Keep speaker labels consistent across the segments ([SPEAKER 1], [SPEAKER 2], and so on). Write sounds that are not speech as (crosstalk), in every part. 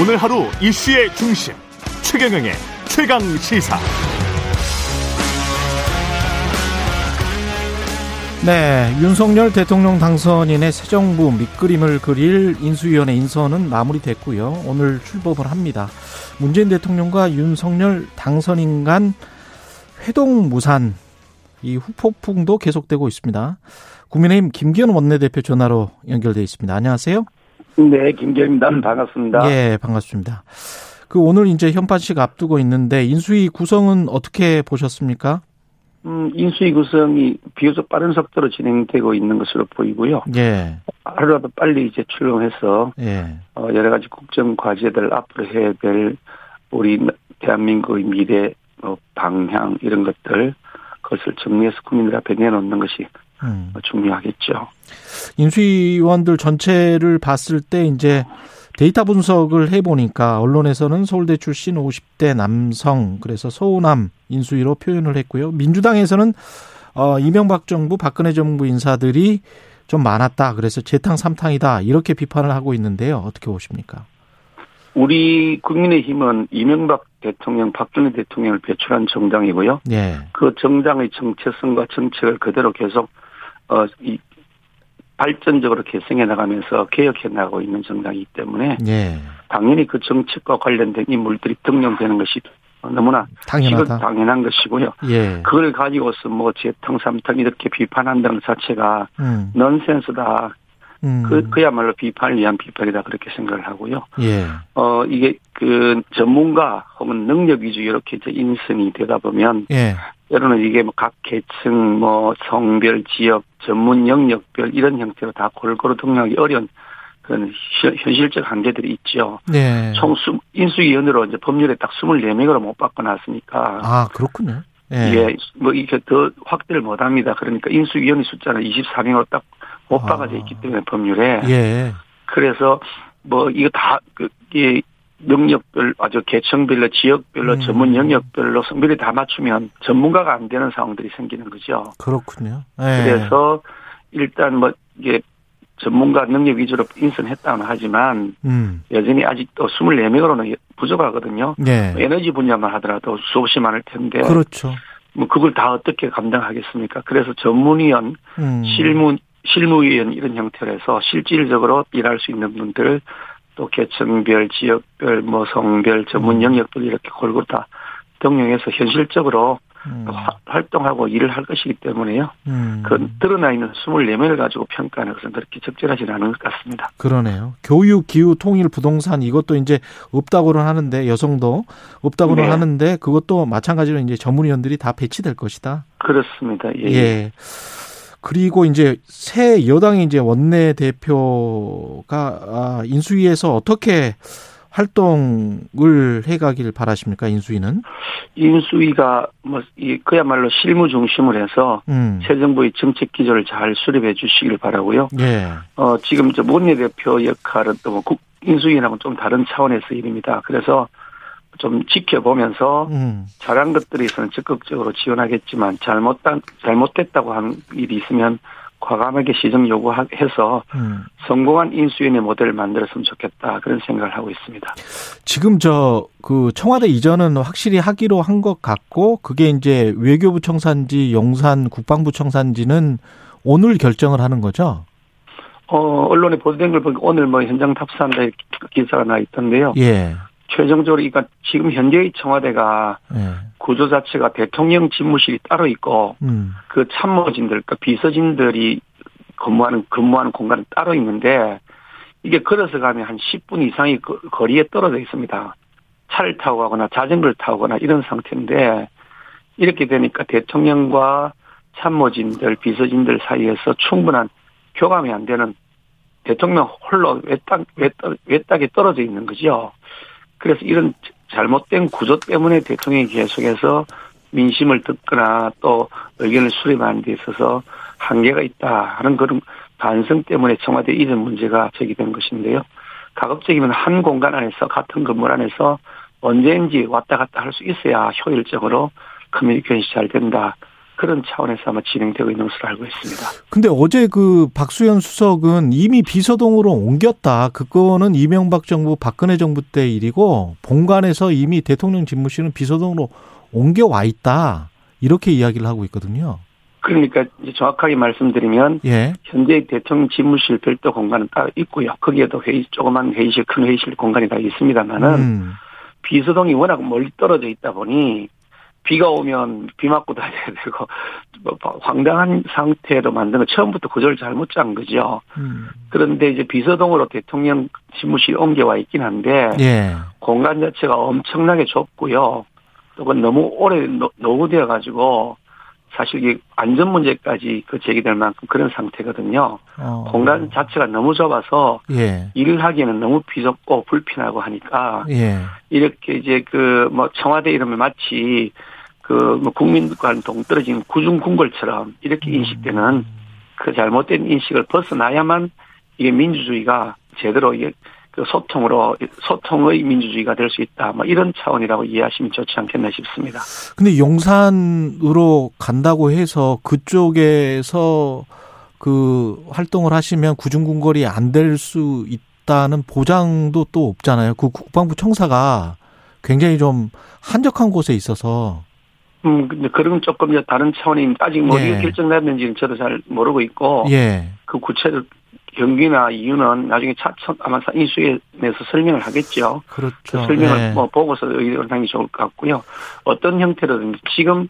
[SPEAKER 1] 오늘 하루 이슈의 중심 최경영의 최강 시사.
[SPEAKER 2] 네, 윤석열 대통령 당선인의 새 정부 밑그림을 그릴 인수위원회 인선은 마무리됐고요. 오늘 출범을 합니다. 문재인 대통령과 윤석열 당선인 간 회동 무산 이 후폭풍도 계속되고 있습니다. 국민의힘 김기현 원내대표 전화로 연결돼 있습니다. 안녕하세요.
[SPEAKER 3] 네, 김기현입니다. 반갑습니다.
[SPEAKER 2] 예, 반갑습니다. 그 오늘 이제 현판식 앞두고 있는데 인수위 구성은 어떻게 보셨습니까?
[SPEAKER 3] 음, 인수위 구성이 비교적 빠른 속도로 진행되고 있는 것으로 보이고요.
[SPEAKER 2] 예,
[SPEAKER 3] 하루라도 빨리 이제 출범해서
[SPEAKER 2] 예,
[SPEAKER 3] 어, 여러 가지 국정 과제들 앞으로 해야 될 우리 대한민국의 미래 어, 방향 이런 것들 그것을 정리해서 국민들 앞에 내놓는 것이
[SPEAKER 2] 음.
[SPEAKER 3] 어, 중요하겠죠.
[SPEAKER 2] 인수위원들 전체를 봤을 때 이제 데이터 분석을 해보니까 언론에서는 서울대 출신 50대 남성 그래서 서우남 인수위로 표현을 했고요. 민주당에서는 어, 이명박 정부 박근혜 정부 인사들이 좀 많았다. 그래서 재탕 삼탕이다 이렇게 비판을 하고 있는데요. 어떻게 보십니까?
[SPEAKER 3] 우리 국민의힘은 이명박 대통령, 박근혜 대통령을 배출한 정당이고요.
[SPEAKER 2] 예,
[SPEAKER 3] 그 정당의 정체성과 정책을 그대로 계속 어, 이 발전적으로 개성해 나가면서 개혁해 나가고 있는 정당이기 때문에
[SPEAKER 2] 예,
[SPEAKER 3] 당연히 그 정책과 관련된 인물들이 등용되는 것이 너무나 지금
[SPEAKER 2] 당연하다.
[SPEAKER 3] 당연한 것이고요.
[SPEAKER 2] 예,
[SPEAKER 3] 그걸 가지고서 뭐 재탕 삼탕 이렇게 비판한다는 자체가
[SPEAKER 2] 음,
[SPEAKER 3] 넌센스다.
[SPEAKER 2] 음,
[SPEAKER 3] 그 그야말로 비판을 위한 비판이다 그렇게 생각을 하고요.
[SPEAKER 2] 예,
[SPEAKER 3] 어 이게 그 전문가 혹은 능력 위주 이렇게 이제 인성이 되다 보면
[SPEAKER 2] 예,
[SPEAKER 3] 때로는 이게 뭐 각 계층, 뭐 성별, 지역, 전문 영역별 이런 형태로 다 골고루 등록하기 어려운 그런 시- 현실적 한계들이 있죠.
[SPEAKER 2] 예.
[SPEAKER 3] 총 수- 인수위원으로 이제 법률에 딱 24명으로 못 바꿔놨으니까.
[SPEAKER 2] 아 그렇군요. 예,
[SPEAKER 3] 이게 뭐 이게 더 확대를 못 합니다. 그러니까 인수위원의 숫자는 24명으로 딱 못
[SPEAKER 2] 아.
[SPEAKER 3] 박아져 있기 때문에 법률에.
[SPEAKER 2] 예,
[SPEAKER 3] 그래서 뭐 이거 다, 그, 이 영역별, 아주 계층별로, 지역별로,
[SPEAKER 2] 음.
[SPEAKER 3] 전문 영역별로 성별이 다 맞추면 전문가가 안 되는 상황들이 생기는 거죠.
[SPEAKER 2] 그렇군요. 예.
[SPEAKER 3] 그래서 일단 뭐 이게 전문가 능력 위주로 인선했다는 하지만
[SPEAKER 2] 음,
[SPEAKER 3] 여전히 아직도 24명으로는 부족하거든요. 뭐
[SPEAKER 2] 예.
[SPEAKER 3] 에너지 분야만 하더라도 수없이 많을 텐데
[SPEAKER 2] 그렇죠.
[SPEAKER 3] 뭐 그걸 다 어떻게 감당하겠습니까? 그래서 전문위원,
[SPEAKER 2] 음.
[SPEAKER 3] 실무 실무위원 이런 형태로 해서 실질적으로 일할 수 있는 분들 또 계층별, 지역별, 뭐 성별,
[SPEAKER 2] 음.
[SPEAKER 3] 전문 영역별 이렇게 골고루 다 등용해서 현실적으로
[SPEAKER 2] 음.
[SPEAKER 3] 화- 활동하고 일을 할 것이기 때문에요.
[SPEAKER 2] 음.
[SPEAKER 3] 그 드러나 있는 24명을 가지고 평가하는 것은 그렇게 적절하지는 않은 것 같습니다.
[SPEAKER 2] 그러네요. 교육, 기후, 통일, 부동산 이것도 이제 없다고는 하는데 여성도 없다고는
[SPEAKER 3] 네.
[SPEAKER 2] 하는데 그것도 마찬가지로 이제 전문위원들이 다 배치될 것이다.
[SPEAKER 3] 그렇습니다. 예.
[SPEAKER 2] 예. 그리고 이제 새 여당의 이제 원내 대표가 아, 인수위에서 어떻게 활동을 해가길 바라십니까? 인수위는.
[SPEAKER 3] 인수위가 뭐, 이 그야말로 실무 중심을 해서
[SPEAKER 2] 음.
[SPEAKER 3] 새 정부의 정책 기조를 잘 수립해 주시길 바라고요.
[SPEAKER 2] 예.
[SPEAKER 3] 어, 지금 저 원내대표 역할은 또뭐 국, 인수위하고는 좀 다른 차원에서 일입니다. 그래서 좀 지켜보면서
[SPEAKER 2] 음.
[SPEAKER 3] 잘한 것들이 있으면 적극적으로 지원하겠지만 잘못한, 잘못됐다고 한 일이 있으면 과감하게 시정 요구해서
[SPEAKER 2] 음.
[SPEAKER 3] 성공한 인수위원회 모델을 만들었으면 좋겠다 그런 생각을 하고 있습니다.
[SPEAKER 2] 지금 저 그 청와대 이전은 확실히 하기로 한 것 같고 그게 이제 외교부 청산지, 용산 국방부 청산지는 오늘 결정을 하는 거죠.
[SPEAKER 3] 어, 언론에 보도된 걸 보니까 오늘 뭐 현장 탑승한다 이렇게 기사가 나 있던데요.
[SPEAKER 2] 예.
[SPEAKER 3] 최종적으로 그러니까 지금 현재의 청와대가
[SPEAKER 2] 예.
[SPEAKER 3] 구조 자체가 대통령 집무실이 따로 있고
[SPEAKER 2] 음.
[SPEAKER 3] 그 참모진들, 그러니까 비서진들이 근무하는 근무하는 공간은 따로 있는데 이게 걸어서 가면 한 10분 이상이 거- 거리에 떨어져 있습니다. 차를 타고 가거나 자전거를 타고 가거나 이런 상태인데 이렇게 되니까 대통령과 참모진들, 비서진들 사이에서 충분한 교감이 안 되는 대통령 홀로 외딱, 외딱, 외딱에 떨어져 있는 거죠. 그래서 이런 잘못된 구조 때문에 대통령이 계속해서 민심을 듣거나 또 의견을 수렴하는 데 있어서 한계가 있다 하는 그런 반성 때문에 청와대 이전 문제가 제기된 것인데요. 가급적이면 한 공간 안에서 같은 건물 안에서 언제인지 왔다 갔다 할 수 있어야 효율적으로 커뮤니케이션이 잘 된다. 그런 차원에서 아마 진행되고 있는 것으로 알고 있습니다.
[SPEAKER 2] 근데 어제 그 박수현 수석은 이미 비서동으로 옮겼다. 그거는 이명박 정부, 박근혜 정부 때 일이고 본관에서 이미 대통령 집무실은 비서동으로 옮겨 와 있다. 이렇게 이야기를 하고 있거든요.
[SPEAKER 3] 그러니까 이제 정확하게 말씀드리면
[SPEAKER 2] 예.
[SPEAKER 3] 현재 대통령 집무실 별도 공간은 따로 있고요. 거기에도 회의 조그만 회의실, 큰 회의실 공간이 다 있습니다만은
[SPEAKER 2] 음.
[SPEAKER 3] 비서동이 워낙 멀리 떨어져 있다 보니 비가 오면 비 맞고 다녀야 되고 뭐 황당한 상태로 만든 거 처음부터 구조를 잘못 짠 거죠.
[SPEAKER 2] 음.
[SPEAKER 3] 그런데 이제 비서동으로 대통령 집무실 옮겨와 있긴 한데
[SPEAKER 2] 예.
[SPEAKER 3] 공간 자체가 엄청나게 좁고요. 또 그건 너무 오래 노- 노후되어 가지고 사실 이게 안전 문제까지 그 제기될 만큼 그런 상태거든요.
[SPEAKER 2] 어.
[SPEAKER 3] 공간 자체가 너무 좁아서
[SPEAKER 2] 예.
[SPEAKER 3] 일을 하기에는 너무 비좁고 불편하고 하니까
[SPEAKER 2] 예.
[SPEAKER 3] 이렇게 이제 그 뭐 청와대 이러면 마치 그 뭐 국민과는 동떨어진 구중궁궐처럼
[SPEAKER 2] 음.
[SPEAKER 3] 이렇게 인식되는 그 잘못된 인식을 벗어나야만 이게 민주주의가 제대로 이게 그 소통으로 소통의 민주주의가 될 수 있다. 뭐 이런 차원이라고 이해하시면 좋지 않겠나 싶습니다.
[SPEAKER 2] 근데 용산으로 간다고 해서 그쪽에서 그 활동을 하시면 구중궁궐이 안 될 수 있다는 보장도 또 없잖아요. 그 국방부 청사가 굉장히 좀 한적한 곳에 있어서
[SPEAKER 3] 음 근데 그런 조금 이제 다른 차원이 아직 뭐
[SPEAKER 2] 예.
[SPEAKER 3] 이게 결정됐는지는 저도 잘 모르고 있고
[SPEAKER 2] 예.
[SPEAKER 3] 그 구체적 경위나 이유는 나중에 차차 아마 인수에 대해서 설명을 하겠죠. 그
[SPEAKER 2] 그렇죠.
[SPEAKER 3] 설명을
[SPEAKER 2] 예.
[SPEAKER 3] 뭐 보고서 의견을 당기 좋을 것 같고요. 어떤 형태로든지 지금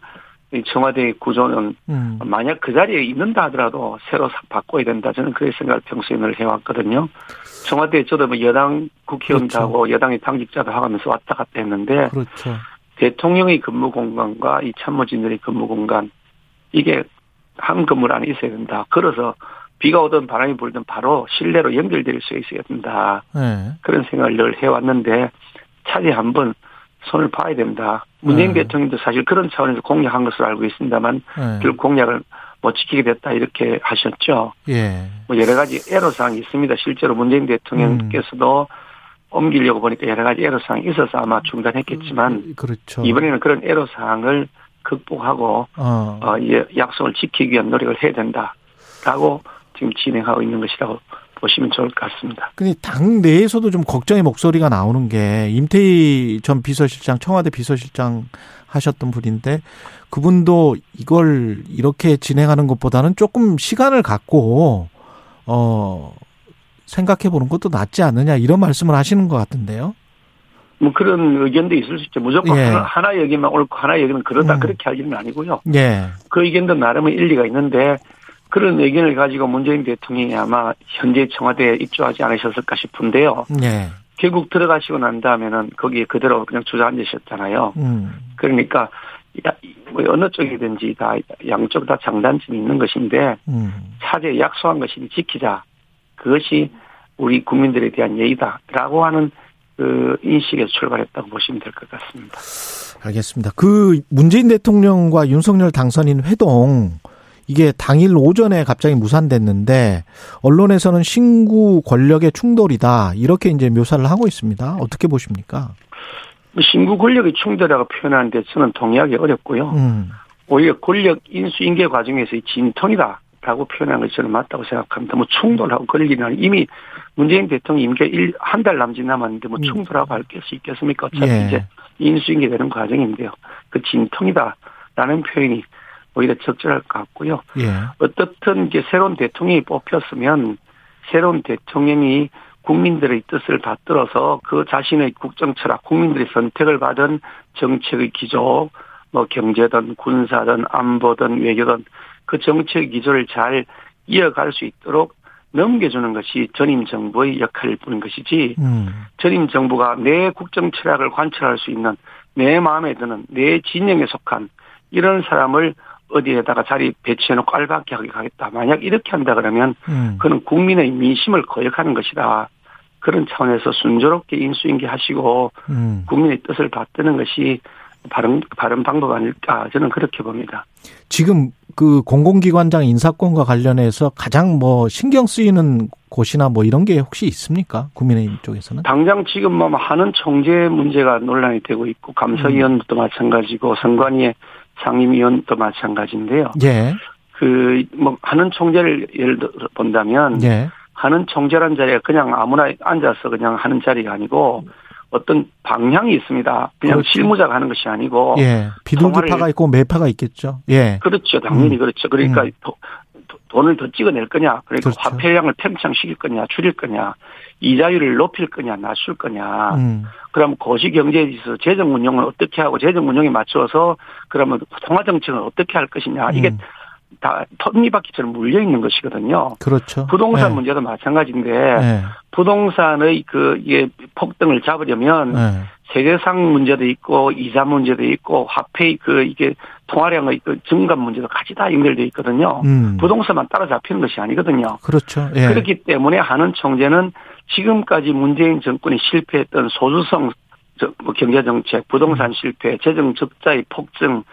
[SPEAKER 3] 이 청와대의 구조는
[SPEAKER 2] 음.
[SPEAKER 3] 만약 그 자리에 있는다 하더라도 새로 사- 바꿔야 된다. 저는 그런 생각을 평소에 늘 해왔거든요. 청와대에 저도 뭐 여당 국회의원도
[SPEAKER 2] 그렇죠.
[SPEAKER 3] 하고 여당의 당직자도 하고 하면서 왔다 갔다 했는데
[SPEAKER 2] 그렇죠.
[SPEAKER 3] 대통령의 근무 공간과 이 참모진들의 근무 공간 이게 한 건물 안에 있어야 된다. 그래서 비가 오든 바람이 불든 바로 실내로 연결될 수 있어야 된다.
[SPEAKER 2] 예.
[SPEAKER 3] 그런 생각을 늘 해왔는데 차라리 한번 손을 봐야 된다. 문재인
[SPEAKER 2] 네.
[SPEAKER 3] 대통령도 사실 그런 차원에서 공약한 것으로 알고 있습니다만
[SPEAKER 2] 예.
[SPEAKER 3] 결국 공약을 못 지키게 됐다 이렇게 하셨죠.
[SPEAKER 2] 예.
[SPEAKER 3] 뭐 여러 가지 애로사항이 있습니다. 실제로 문재인 대통령께서도 옮기려고 보니까 여러 가지 애로사항이 있어서 아마 중단했겠지만
[SPEAKER 2] 그렇죠.
[SPEAKER 3] 이번에는 그런 애로사항을 극복하고
[SPEAKER 2] 어.
[SPEAKER 3] 어, 이제 약속을 지키기 위한 노력을 해야 된다라고 지금 진행하고 있는 것이라고 보시면 좋을 것 같습니다.
[SPEAKER 2] 근데 당 내에서도 좀 걱정의 목소리가 나오는 게 임태희 전 비서실장 청와대 비서실장 하셨던 분인데 그분도 이걸 이렇게 진행하는 것보다는 조금 시간을 갖고 어 생각해 보는 것도 낫지 않느냐 이런 말씀을 하시는 것 같은데요.
[SPEAKER 3] 뭐 그런 의견도 있을 수 있죠. 무조건
[SPEAKER 2] 예.
[SPEAKER 3] 하나, 하나 여기면 옳고 하나 여기면 그러다
[SPEAKER 2] 음.
[SPEAKER 3] 그렇게 할 일은 아니고요.
[SPEAKER 2] 예.
[SPEAKER 3] 그 의견도 나름의 일리가 있는데 그런 의견을 가지고 문재인 대통령이 아마 현재 청와대에 입주하지 않으셨을까 싶은데요.
[SPEAKER 2] 예.
[SPEAKER 3] 결국 들어가시고 난 다음에는 거기에 그대로 그냥 주저앉으셨잖아요.
[SPEAKER 2] 음.
[SPEAKER 3] 그러니까 야- 뭐 어느 쪽이든지 다 양쪽 다 장단점이 있는 것인데
[SPEAKER 2] 음.
[SPEAKER 3] 차제 약속한 것이니 지키자. 그것이 우리 국민들에 대한 예의다라고 하는 그 인식에서 출발했다고 보시면 될 것 같습니다.
[SPEAKER 2] 알겠습니다. 그 문재인 대통령과 윤석열 당선인 회동 이게 당일 오전에 갑자기 무산됐는데 언론에서는 신구 권력의 충돌이다 이렇게 이제 묘사를 하고 있습니다. 어떻게 보십니까?
[SPEAKER 3] 뭐 신구 권력의 충돌이라고 표현하는데 저는 동의하기 어렵고요.
[SPEAKER 2] 음,
[SPEAKER 3] 오히려 권력 인수인계 과정에서의 진통이다라고 표현한 것이 저는 맞다고 생각합니다. 뭐 충돌하고 걸리는 이미 문재인 대통령 임기 한 달 남짓 남았는데 뭐 충돌하고 할수 있겠습니까? 어차피
[SPEAKER 2] 음. 예.
[SPEAKER 3] 이제 인수인계 되는 과정인데요. 그 진통이다라는 표현이 오히려 적절할 것 같고요.
[SPEAKER 2] 예,
[SPEAKER 3] 어떻든 이제 새로운 대통령이 뽑혔으면 새로운 대통령이 국민들의 뜻을 받들어서 그 자신의 국정 철학, 국민들의 선택을 받은 정책의 기조, 뭐 경제든 군사든 안보든 외교든 그 정책 기조를 잘 이어갈 수 있도록 넘겨주는 것이 전임 정부의 역할일 뿐인 것이지
[SPEAKER 2] 음,
[SPEAKER 3] 전임 정부가 내 국정 철학을 관철할 수 있는 내 마음에 드는 내 진영에 속한 이런 사람을 어디에다가 자리 배치해놓고 알박게 하게 가겠다. 만약 이렇게 한다 그러면
[SPEAKER 2] 음.
[SPEAKER 3] 그는 국민의 민심을 거역하는 것이다. 그런 차원에서 순조롭게 인수인계하시고
[SPEAKER 2] 음.
[SPEAKER 3] 국민의 뜻을 받드는 것이 바른 바른 방법 아닐까 저는 그렇게 봅니다.
[SPEAKER 2] 지금 그 공공기관장 인사권과 관련해서 가장 뭐 신경 쓰이는 곳이나 뭐 이런 게 혹시 있습니까? 국민의힘 쪽에서는?
[SPEAKER 3] 당장 지금 뭐 많은 총재 문제가 논란이 되고 있고 감사위원도 마찬가지고 선관위의 상임위원도 마찬가지인데요.
[SPEAKER 2] 예.
[SPEAKER 3] 그 뭐 하는 총재를 예를 들어 본다면
[SPEAKER 2] 예.
[SPEAKER 3] 하는 총재란 자리가 그냥 아무나 앉아서 그냥 하는 자리가 아니고 어떤 방향이 있습니다. 그냥
[SPEAKER 2] 그렇죠.
[SPEAKER 3] 실무자가 하는 것이 아니고
[SPEAKER 2] 예. 비둘기파가
[SPEAKER 3] 통화를-
[SPEAKER 2] 있고 매파가 있겠죠. 예.
[SPEAKER 3] 그렇죠. 당연히
[SPEAKER 2] 음.
[SPEAKER 3] 그렇죠. 그러니까
[SPEAKER 2] 음.
[SPEAKER 3] 도- 도- 돈을 더 찍어낼 거냐, 그러니까
[SPEAKER 2] 그렇죠.
[SPEAKER 3] 화폐량을 팽창시킬 거냐, 줄일 거냐, 이자율을 높일 거냐, 낮출 거냐.
[SPEAKER 2] 음.
[SPEAKER 3] 그럼 고시경제에 있어서 재정운용을 어떻게 하고 재정운용에 맞춰서 그러면 통화정책은 어떻게 할 아, 것이냐. 이게
[SPEAKER 2] 음.
[SPEAKER 3] 다 톱니바퀴처럼 물려 있는 것이거든요.
[SPEAKER 2] 그렇죠.
[SPEAKER 3] 부동산
[SPEAKER 2] 예.
[SPEAKER 3] 문제도 마찬가지인데
[SPEAKER 2] 예.
[SPEAKER 3] 부동산의 그 이게 폭등을 잡으려면
[SPEAKER 2] 예.
[SPEAKER 3] 세대상 문제도 있고 이자 문제도 있고 화폐의 그 이게 통화량의 그 증감 문제도 같이 다 연결돼 있거든요.
[SPEAKER 2] 음.
[SPEAKER 3] 부동산만 따라잡히는 것이 아니거든요.
[SPEAKER 2] 그렇죠. 예.
[SPEAKER 3] 그렇기 때문에 하는 총재는 지금까지 문재인 정권이 실패했던 소수성 저- 뭐 경제정책,
[SPEAKER 2] 음.
[SPEAKER 3] 부동산 실패, 재정적자의 폭증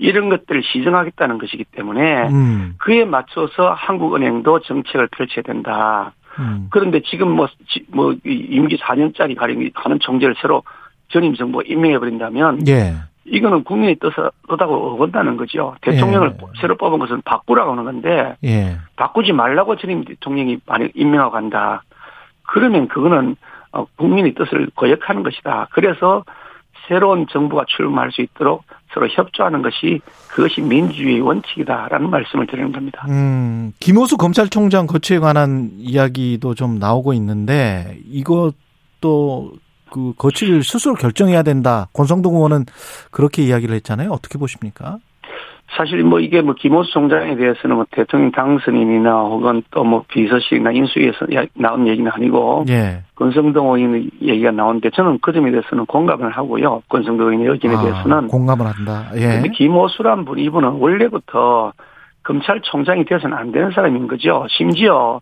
[SPEAKER 3] 이런 것들을 시정하겠다는 것이기 때문에
[SPEAKER 2] 음.
[SPEAKER 3] 그에 맞춰서 한국은행도 정책을 펼쳐야 된다.
[SPEAKER 2] 음.
[SPEAKER 3] 그런데 지금 뭐, 지- 뭐, 이 임기 4년짜리 가령 하는 총재를 새로 전임 정부 임명해버린다면,
[SPEAKER 2] 예.
[SPEAKER 3] 이거는 국민의 뜻을, 뜻하고 어긋나는 거죠. 대통령을
[SPEAKER 2] 예.
[SPEAKER 3] 새로 뽑은 것은 바꾸라고 하는 건데,
[SPEAKER 2] 예.
[SPEAKER 3] 바꾸지 말라고 전임 대통령이 만약 임명하고 간다. 그러면 그거는 어, 국민의 뜻을 거역하는 것이다. 그래서 새로운 정부가 출범할 수 있도록 서로 협조하는 것이 그것이 민주주의 원칙이다라는 말씀을 드리는 겁니다.
[SPEAKER 2] 음, 김호수 검찰총장 거취에 관한 이야기도 좀 나오고 있는데 이것도 그 거취를 스스로 결정해야 된다. 권성동 의원은 그렇게 이야기를 했잖아요. 어떻게 보십니까?
[SPEAKER 3] 사실 뭐 이게 뭐 김호수 총장에 대해서는 뭐 대통령 당선인이나 혹은 또 뭐 비서실이나 인수위에서 야- 나온 얘기는 아니고
[SPEAKER 2] 예.
[SPEAKER 3] 권성동 의원의 얘기가 나오는데 저는 그 점에 대해서는 공감을 하고요. 권성동 의원의 의견에
[SPEAKER 2] 아,
[SPEAKER 3] 대해서는.
[SPEAKER 2] 공감을 한다. 예.
[SPEAKER 3] 근데 김호수란 분 이분은 원래부터 검찰총장이 되어서는 안 되는 사람인 거죠. 심지어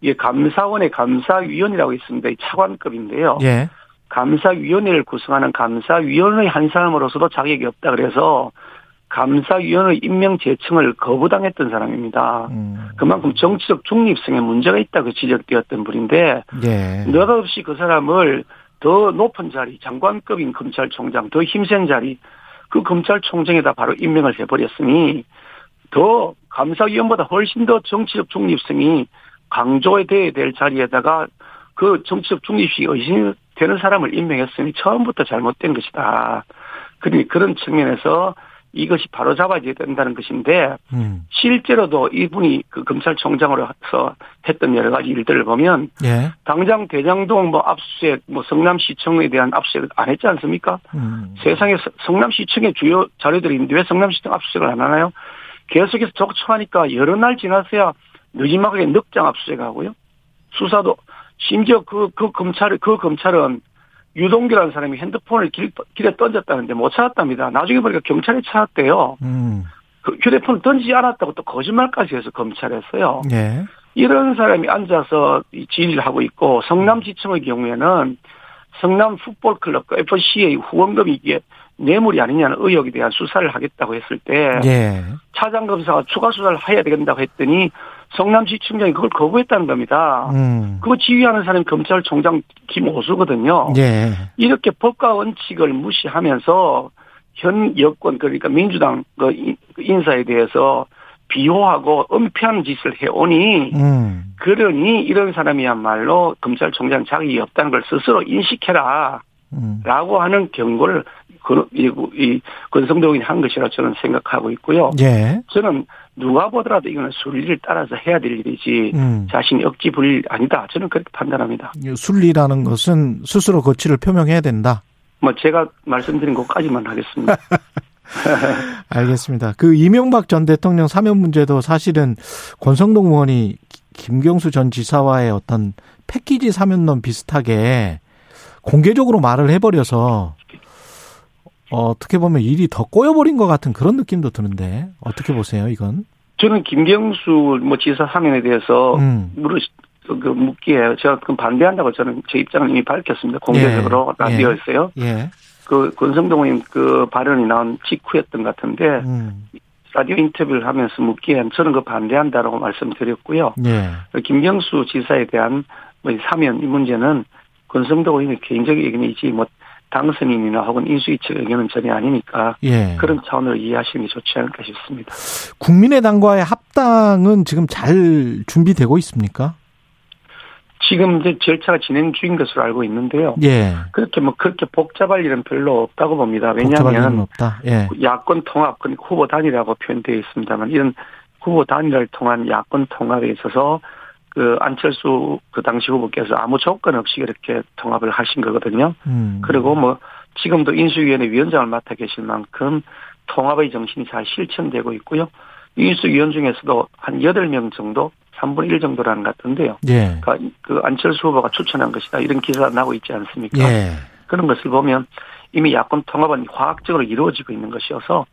[SPEAKER 3] 이게 감사원의 감사위원이라고 있습니다. 이 차관급인데요.
[SPEAKER 2] 예.
[SPEAKER 3] 감사위원회를 구성하는 감사위원회 한 사람으로서도 자격이 없다 그래서 감사위원회 임명 제청을 거부당했던 사람입니다.
[SPEAKER 2] 음,
[SPEAKER 3] 그만큼 정치적 중립성에 문제가 있다고 그 지적되었던 분인데
[SPEAKER 2] 예.
[SPEAKER 3] 느닷없이 그 사람을 더 높은 자리 장관급인 검찰총장 더 힘센 자리 그 검찰총장에다 바로 임명을 해버렸으니 더 감사위원보다 훨씬 더 정치적 중립성이 강조돼야 될 자리에다가 그 정치적 중립이 의심되는 사람을 임명했으니 처음부터 잘못된 것이다. 그러니 그런 측면에서 이것이 바로 잡아야 된다는 것인데
[SPEAKER 2] 음,
[SPEAKER 3] 실제로도 이분이 그 검찰총장으로서 했던 여러 가지 일들을 보면
[SPEAKER 2] 예.
[SPEAKER 3] 당장 대장동 뭐 압수수색, 뭐 성남시청에 대한 압수수색을 안 했지 않습니까?
[SPEAKER 2] 음,
[SPEAKER 3] 세상에 서- 성남시청의 주요 자료들이 있는데 왜 성남시청 압수수색을 안 하나요? 계속해서 적초하니까 여러 날 지나서야 느지막하게 늑장 압수수색하고요. 수사도 심지어 그, 그 검찰, 그 검찰은 유동규라는 사람이 핸드폰을 길, 길에 던졌다는데 못 찾았답니다. 나중에 보니까 경찰에 찾았대요.
[SPEAKER 2] 음,
[SPEAKER 3] 그 휴대폰을 던지지 않았다고 또 거짓말까지 해서 검찰에서요.
[SPEAKER 2] 예.
[SPEAKER 3] 이런 사람이 앉아서 이 질의를 하고 있고
[SPEAKER 2] 음.
[SPEAKER 3] 성남시청의 경우에는 성남 풋볼클럽과 그 FC의 후원금이 이게 뇌물이 아니냐는 의혹에 대한 수사를 하겠다고 했을 때
[SPEAKER 2] 예.
[SPEAKER 3] 차장 검사가 추가 수사를 해야 된다고 했더니 성남시청장이 그걸 거부했다는 겁니다.
[SPEAKER 2] 음.
[SPEAKER 3] 그거 지휘하는 사람이 검찰총장 김호수거든요.
[SPEAKER 2] 예.
[SPEAKER 3] 이렇게 법과 원칙을 무시하면서 현 여권 그러니까 민주당 그 인- 인사에 대해서 비호하고 은폐하는 짓을 해오니
[SPEAKER 2] 음.
[SPEAKER 3] 그러니 이런 사람이야말로 검찰총장 자격이 없다는 걸 스스로 인식해라.
[SPEAKER 2] 음.
[SPEAKER 3] 라고 하는 경고를 그- 이- 이 권성동이 한 것이라 저는 생각하고 있고요.
[SPEAKER 2] 예.
[SPEAKER 3] 저는 누가 보더라도 이거는 순리를 따라서 해야 될 일이지
[SPEAKER 2] 음.
[SPEAKER 3] 자신이 억지 부릴 일 아니다. 저는 그렇게 판단합니다.
[SPEAKER 2] 이 순리라는 것은 스스로 거취를 표명해야 된다.
[SPEAKER 3] 뭐 제가 말씀드린
[SPEAKER 2] (laughs)
[SPEAKER 3] 것까지만 하겠습니다.
[SPEAKER 2] 알겠습니다. 그 이명박 전 대통령 사면 문제도 사실은 권성동 의원이 기- 김경수 전 지사와의 어떤 패키지 사면론 비슷하게 공개적으로 말을 해버려서 어, 어떻게 보면 일이 더 꼬여버린 것 같은 그런 느낌도 드는데 어떻게 보세요 이건?
[SPEAKER 3] 저는 김경수 뭐 지사 사면에 대해서
[SPEAKER 2] 음.
[SPEAKER 3] 물으 그 묻기에 제가 그 반대한다고 저는 제 입장을 이미 밝혔습니다. 공개적으로
[SPEAKER 2] 예.
[SPEAKER 3] 라디오에서요.
[SPEAKER 2] 예.
[SPEAKER 3] 그 권성동 의원 그 발언이 나온 직후였던 것 같은데
[SPEAKER 2] 음.
[SPEAKER 3] 라디오 인터뷰를 하면서 묻기엔 저는 그 반대한다라고 말씀드렸고요.
[SPEAKER 2] 예.
[SPEAKER 3] 김경수 지사에 대한 뭐 사면 이 문제는 권성동 의원의 개인적인 의견이지 뭐 당선인이나 혹은 인수위 측 의견은 전혀 아니니까
[SPEAKER 2] 예.
[SPEAKER 3] 그런 차원으로 이해하시는 게 좋지 않을까 싶습니다.
[SPEAKER 2] 국민의당과의 합당은 지금 잘 준비되고 있습니까?
[SPEAKER 3] 지금 이제 절차가 진행 중인 것으로 알고 있는데요.
[SPEAKER 2] 예.
[SPEAKER 3] 그렇게 뭐 그렇게 복잡할 일은 별로 없다고 봅니다.
[SPEAKER 2] 복잡할 일은
[SPEAKER 3] 왜냐하면
[SPEAKER 2] 없다. 예.
[SPEAKER 3] 야권 통합, 그 후보 단일화라고 표현되어 있습니다만 이런 후보 단일화를 통한 야권 통합에 있어서 그 안철수 그 당시 후보께서 아무 조건 없이 이렇게 통합을 하신 거거든요.
[SPEAKER 2] 음.
[SPEAKER 3] 그리고 뭐 지금도 인수위원회 위원장을 맡아 계실 만큼 통합의 정신이 잘 실천되고 있고요. 인수위원 중에서도 한 8명 정도, 3분의 1 정도라는 것 같은데요.
[SPEAKER 2] 예.
[SPEAKER 3] 그러니까 그 안철수 후보가 추천한 것이다. 이런 기사가 나고 있지 않습니까?
[SPEAKER 2] 예.
[SPEAKER 3] 그런 것을 보면 이미 야권 통합은 과학적으로 이루어지고 있는 것이어서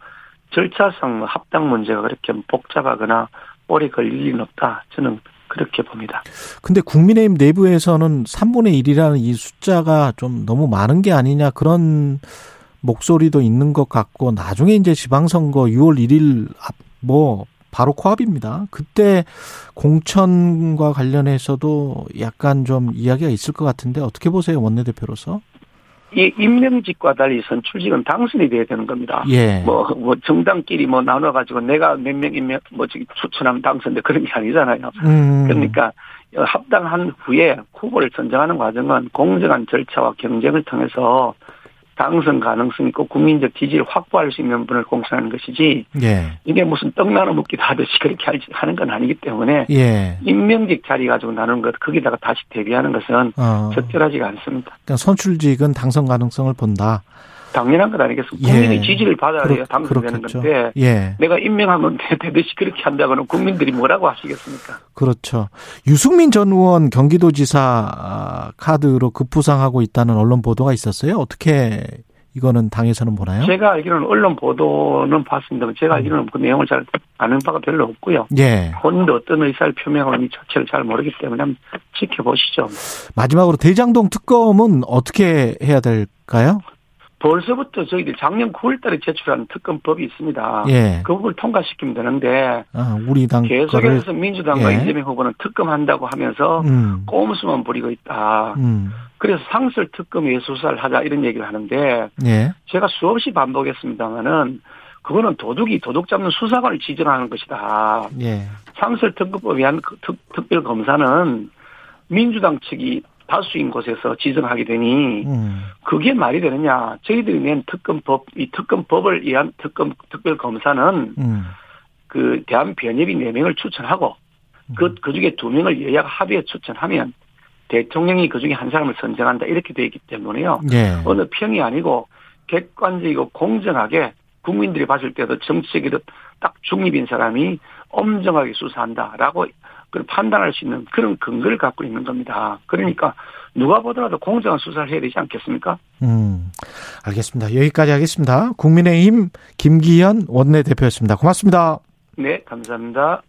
[SPEAKER 3] 절차상 뭐 합당 문제가 그렇게 뭐 복잡하거나 오래 걸릴 일은 없다. 저는 그렇게 봅니다.
[SPEAKER 2] 근데 국민의힘 내부에서는 3분의 1이라는 이 숫자가 좀 너무 많은 게 아니냐 그런 목소리도 있는 것 같고 나중에 이제 지방선거 6월 1일 앞, 뭐 바로 코앞입니다. 그때 공천과 관련해서도 약간 좀 이야기가 있을 것 같은데 어떻게 보세요 원내대표로서?
[SPEAKER 3] 이 임명직과 달리 선출직은 당선이 돼야 되는 겁니다.
[SPEAKER 2] 예.
[SPEAKER 3] 뭐, 뭐, 정당끼리 뭐 나눠가지고 내가 몇 명, 임명, 뭐, 저기 추천하면 당선돼. 그런 게 아니잖아요.
[SPEAKER 2] 음.
[SPEAKER 3] 그러니까 합당한 후에 후보를 선정하는 과정은 공정한 절차와 경쟁을 통해서 당선 가능성 있고 국민적 지지를 확보할 수 있는 분을 공천하는 것이지
[SPEAKER 2] 예.
[SPEAKER 3] 이게 무슨 떡 나눠 먹기도 하듯이 그렇게 할지- 하는 건 아니기 때문에
[SPEAKER 2] 예.
[SPEAKER 3] 임명직 자리 가지고 나누는 것 거기다가 다시 대비하는 것은
[SPEAKER 2] 어.
[SPEAKER 3] 적절하지가 않습니다.
[SPEAKER 2] 그러니까 선출직은 당선 가능성을 본다.
[SPEAKER 3] 당연한 것 아니겠습니까?
[SPEAKER 2] 예.
[SPEAKER 3] 국민의 지지를 받아야
[SPEAKER 2] 그렇-
[SPEAKER 3] 당선되는
[SPEAKER 2] 그렇겠죠.
[SPEAKER 3] 건데
[SPEAKER 2] 예.
[SPEAKER 3] 내가 임명하면 (laughs) 되듯이 그렇게 한다고는 국민들이 뭐라고 하시겠습니까?
[SPEAKER 2] 그렇죠. 유승민 전 의원 경기도지사 카드로 급부상하고 있다는 언론 보도가 있었어요. 어떻게 이거는 당에서는 보나요?
[SPEAKER 3] 제가 알기로는 언론 보도는 봤습니다만
[SPEAKER 2] 음.
[SPEAKER 3] 제가 알기로는 그 내용을 잘 아는 바가 별로 없고요.
[SPEAKER 2] 예.
[SPEAKER 3] 본인도 어떤 의사를 표명하고 이 자체를 잘 모르기 때문에 한번 지켜보시죠.
[SPEAKER 2] 마지막으로 대장동 특검은 어떻게 해야 될까요?
[SPEAKER 3] 벌써부터 저희들이 작년 9월달에 제출한 특검법이 있습니다.
[SPEAKER 2] 예.
[SPEAKER 3] 그 부분을 통과시키면 되는데
[SPEAKER 2] 아, 우리 당 거를
[SPEAKER 3] 계속해서 민주당과
[SPEAKER 2] 예.
[SPEAKER 3] 이재명 후보는 특검한다고 하면서
[SPEAKER 2] 음.
[SPEAKER 3] 꼼수만 부리고 있다.
[SPEAKER 2] 음.
[SPEAKER 3] 그래서 상설 특검에 수사를 하자 이런 얘기를 하는데
[SPEAKER 2] 예.
[SPEAKER 3] 제가 수없이 반복했습니다마는 그거는 도둑이 도둑 잡는 수사관을 지정하는 것이다.
[SPEAKER 2] 예.
[SPEAKER 3] 상설 특검법에 의한 그 특, 특별 검사는 민주당 측이 다수인 곳에서 지정하게 되니
[SPEAKER 2] 음.
[SPEAKER 3] 그게 말이 되느냐? 저희들이 낸 특검법 이 특검법을 위한 특검 특별 검사는
[SPEAKER 2] 음.
[SPEAKER 3] 그 대한 변협이 네 명을 추천하고 그 그 중에 두 명을 예약 합의에 추천하면 대통령이 그 중에 한 사람을 선정한다 이렇게 돼 있기 때문에요.
[SPEAKER 2] 예.
[SPEAKER 3] 어느 평이 아니고 객관적이고 공정하게 국민들이 봤을 때도 정치적으로 딱 중립인 사람이 엄정하게 수사한다라고 그 판단할 수 있는 그런 근거를 갖고 있는 겁니다. 그러니까 누가 보더라도 공정한 수사를 해야 되지 않겠습니까?
[SPEAKER 2] 음. 알겠습니다. 여기까지 하겠습니다. 국민의힘 김기현 원내대표였습니다. 고맙습니다.
[SPEAKER 3] 네, 감사합니다.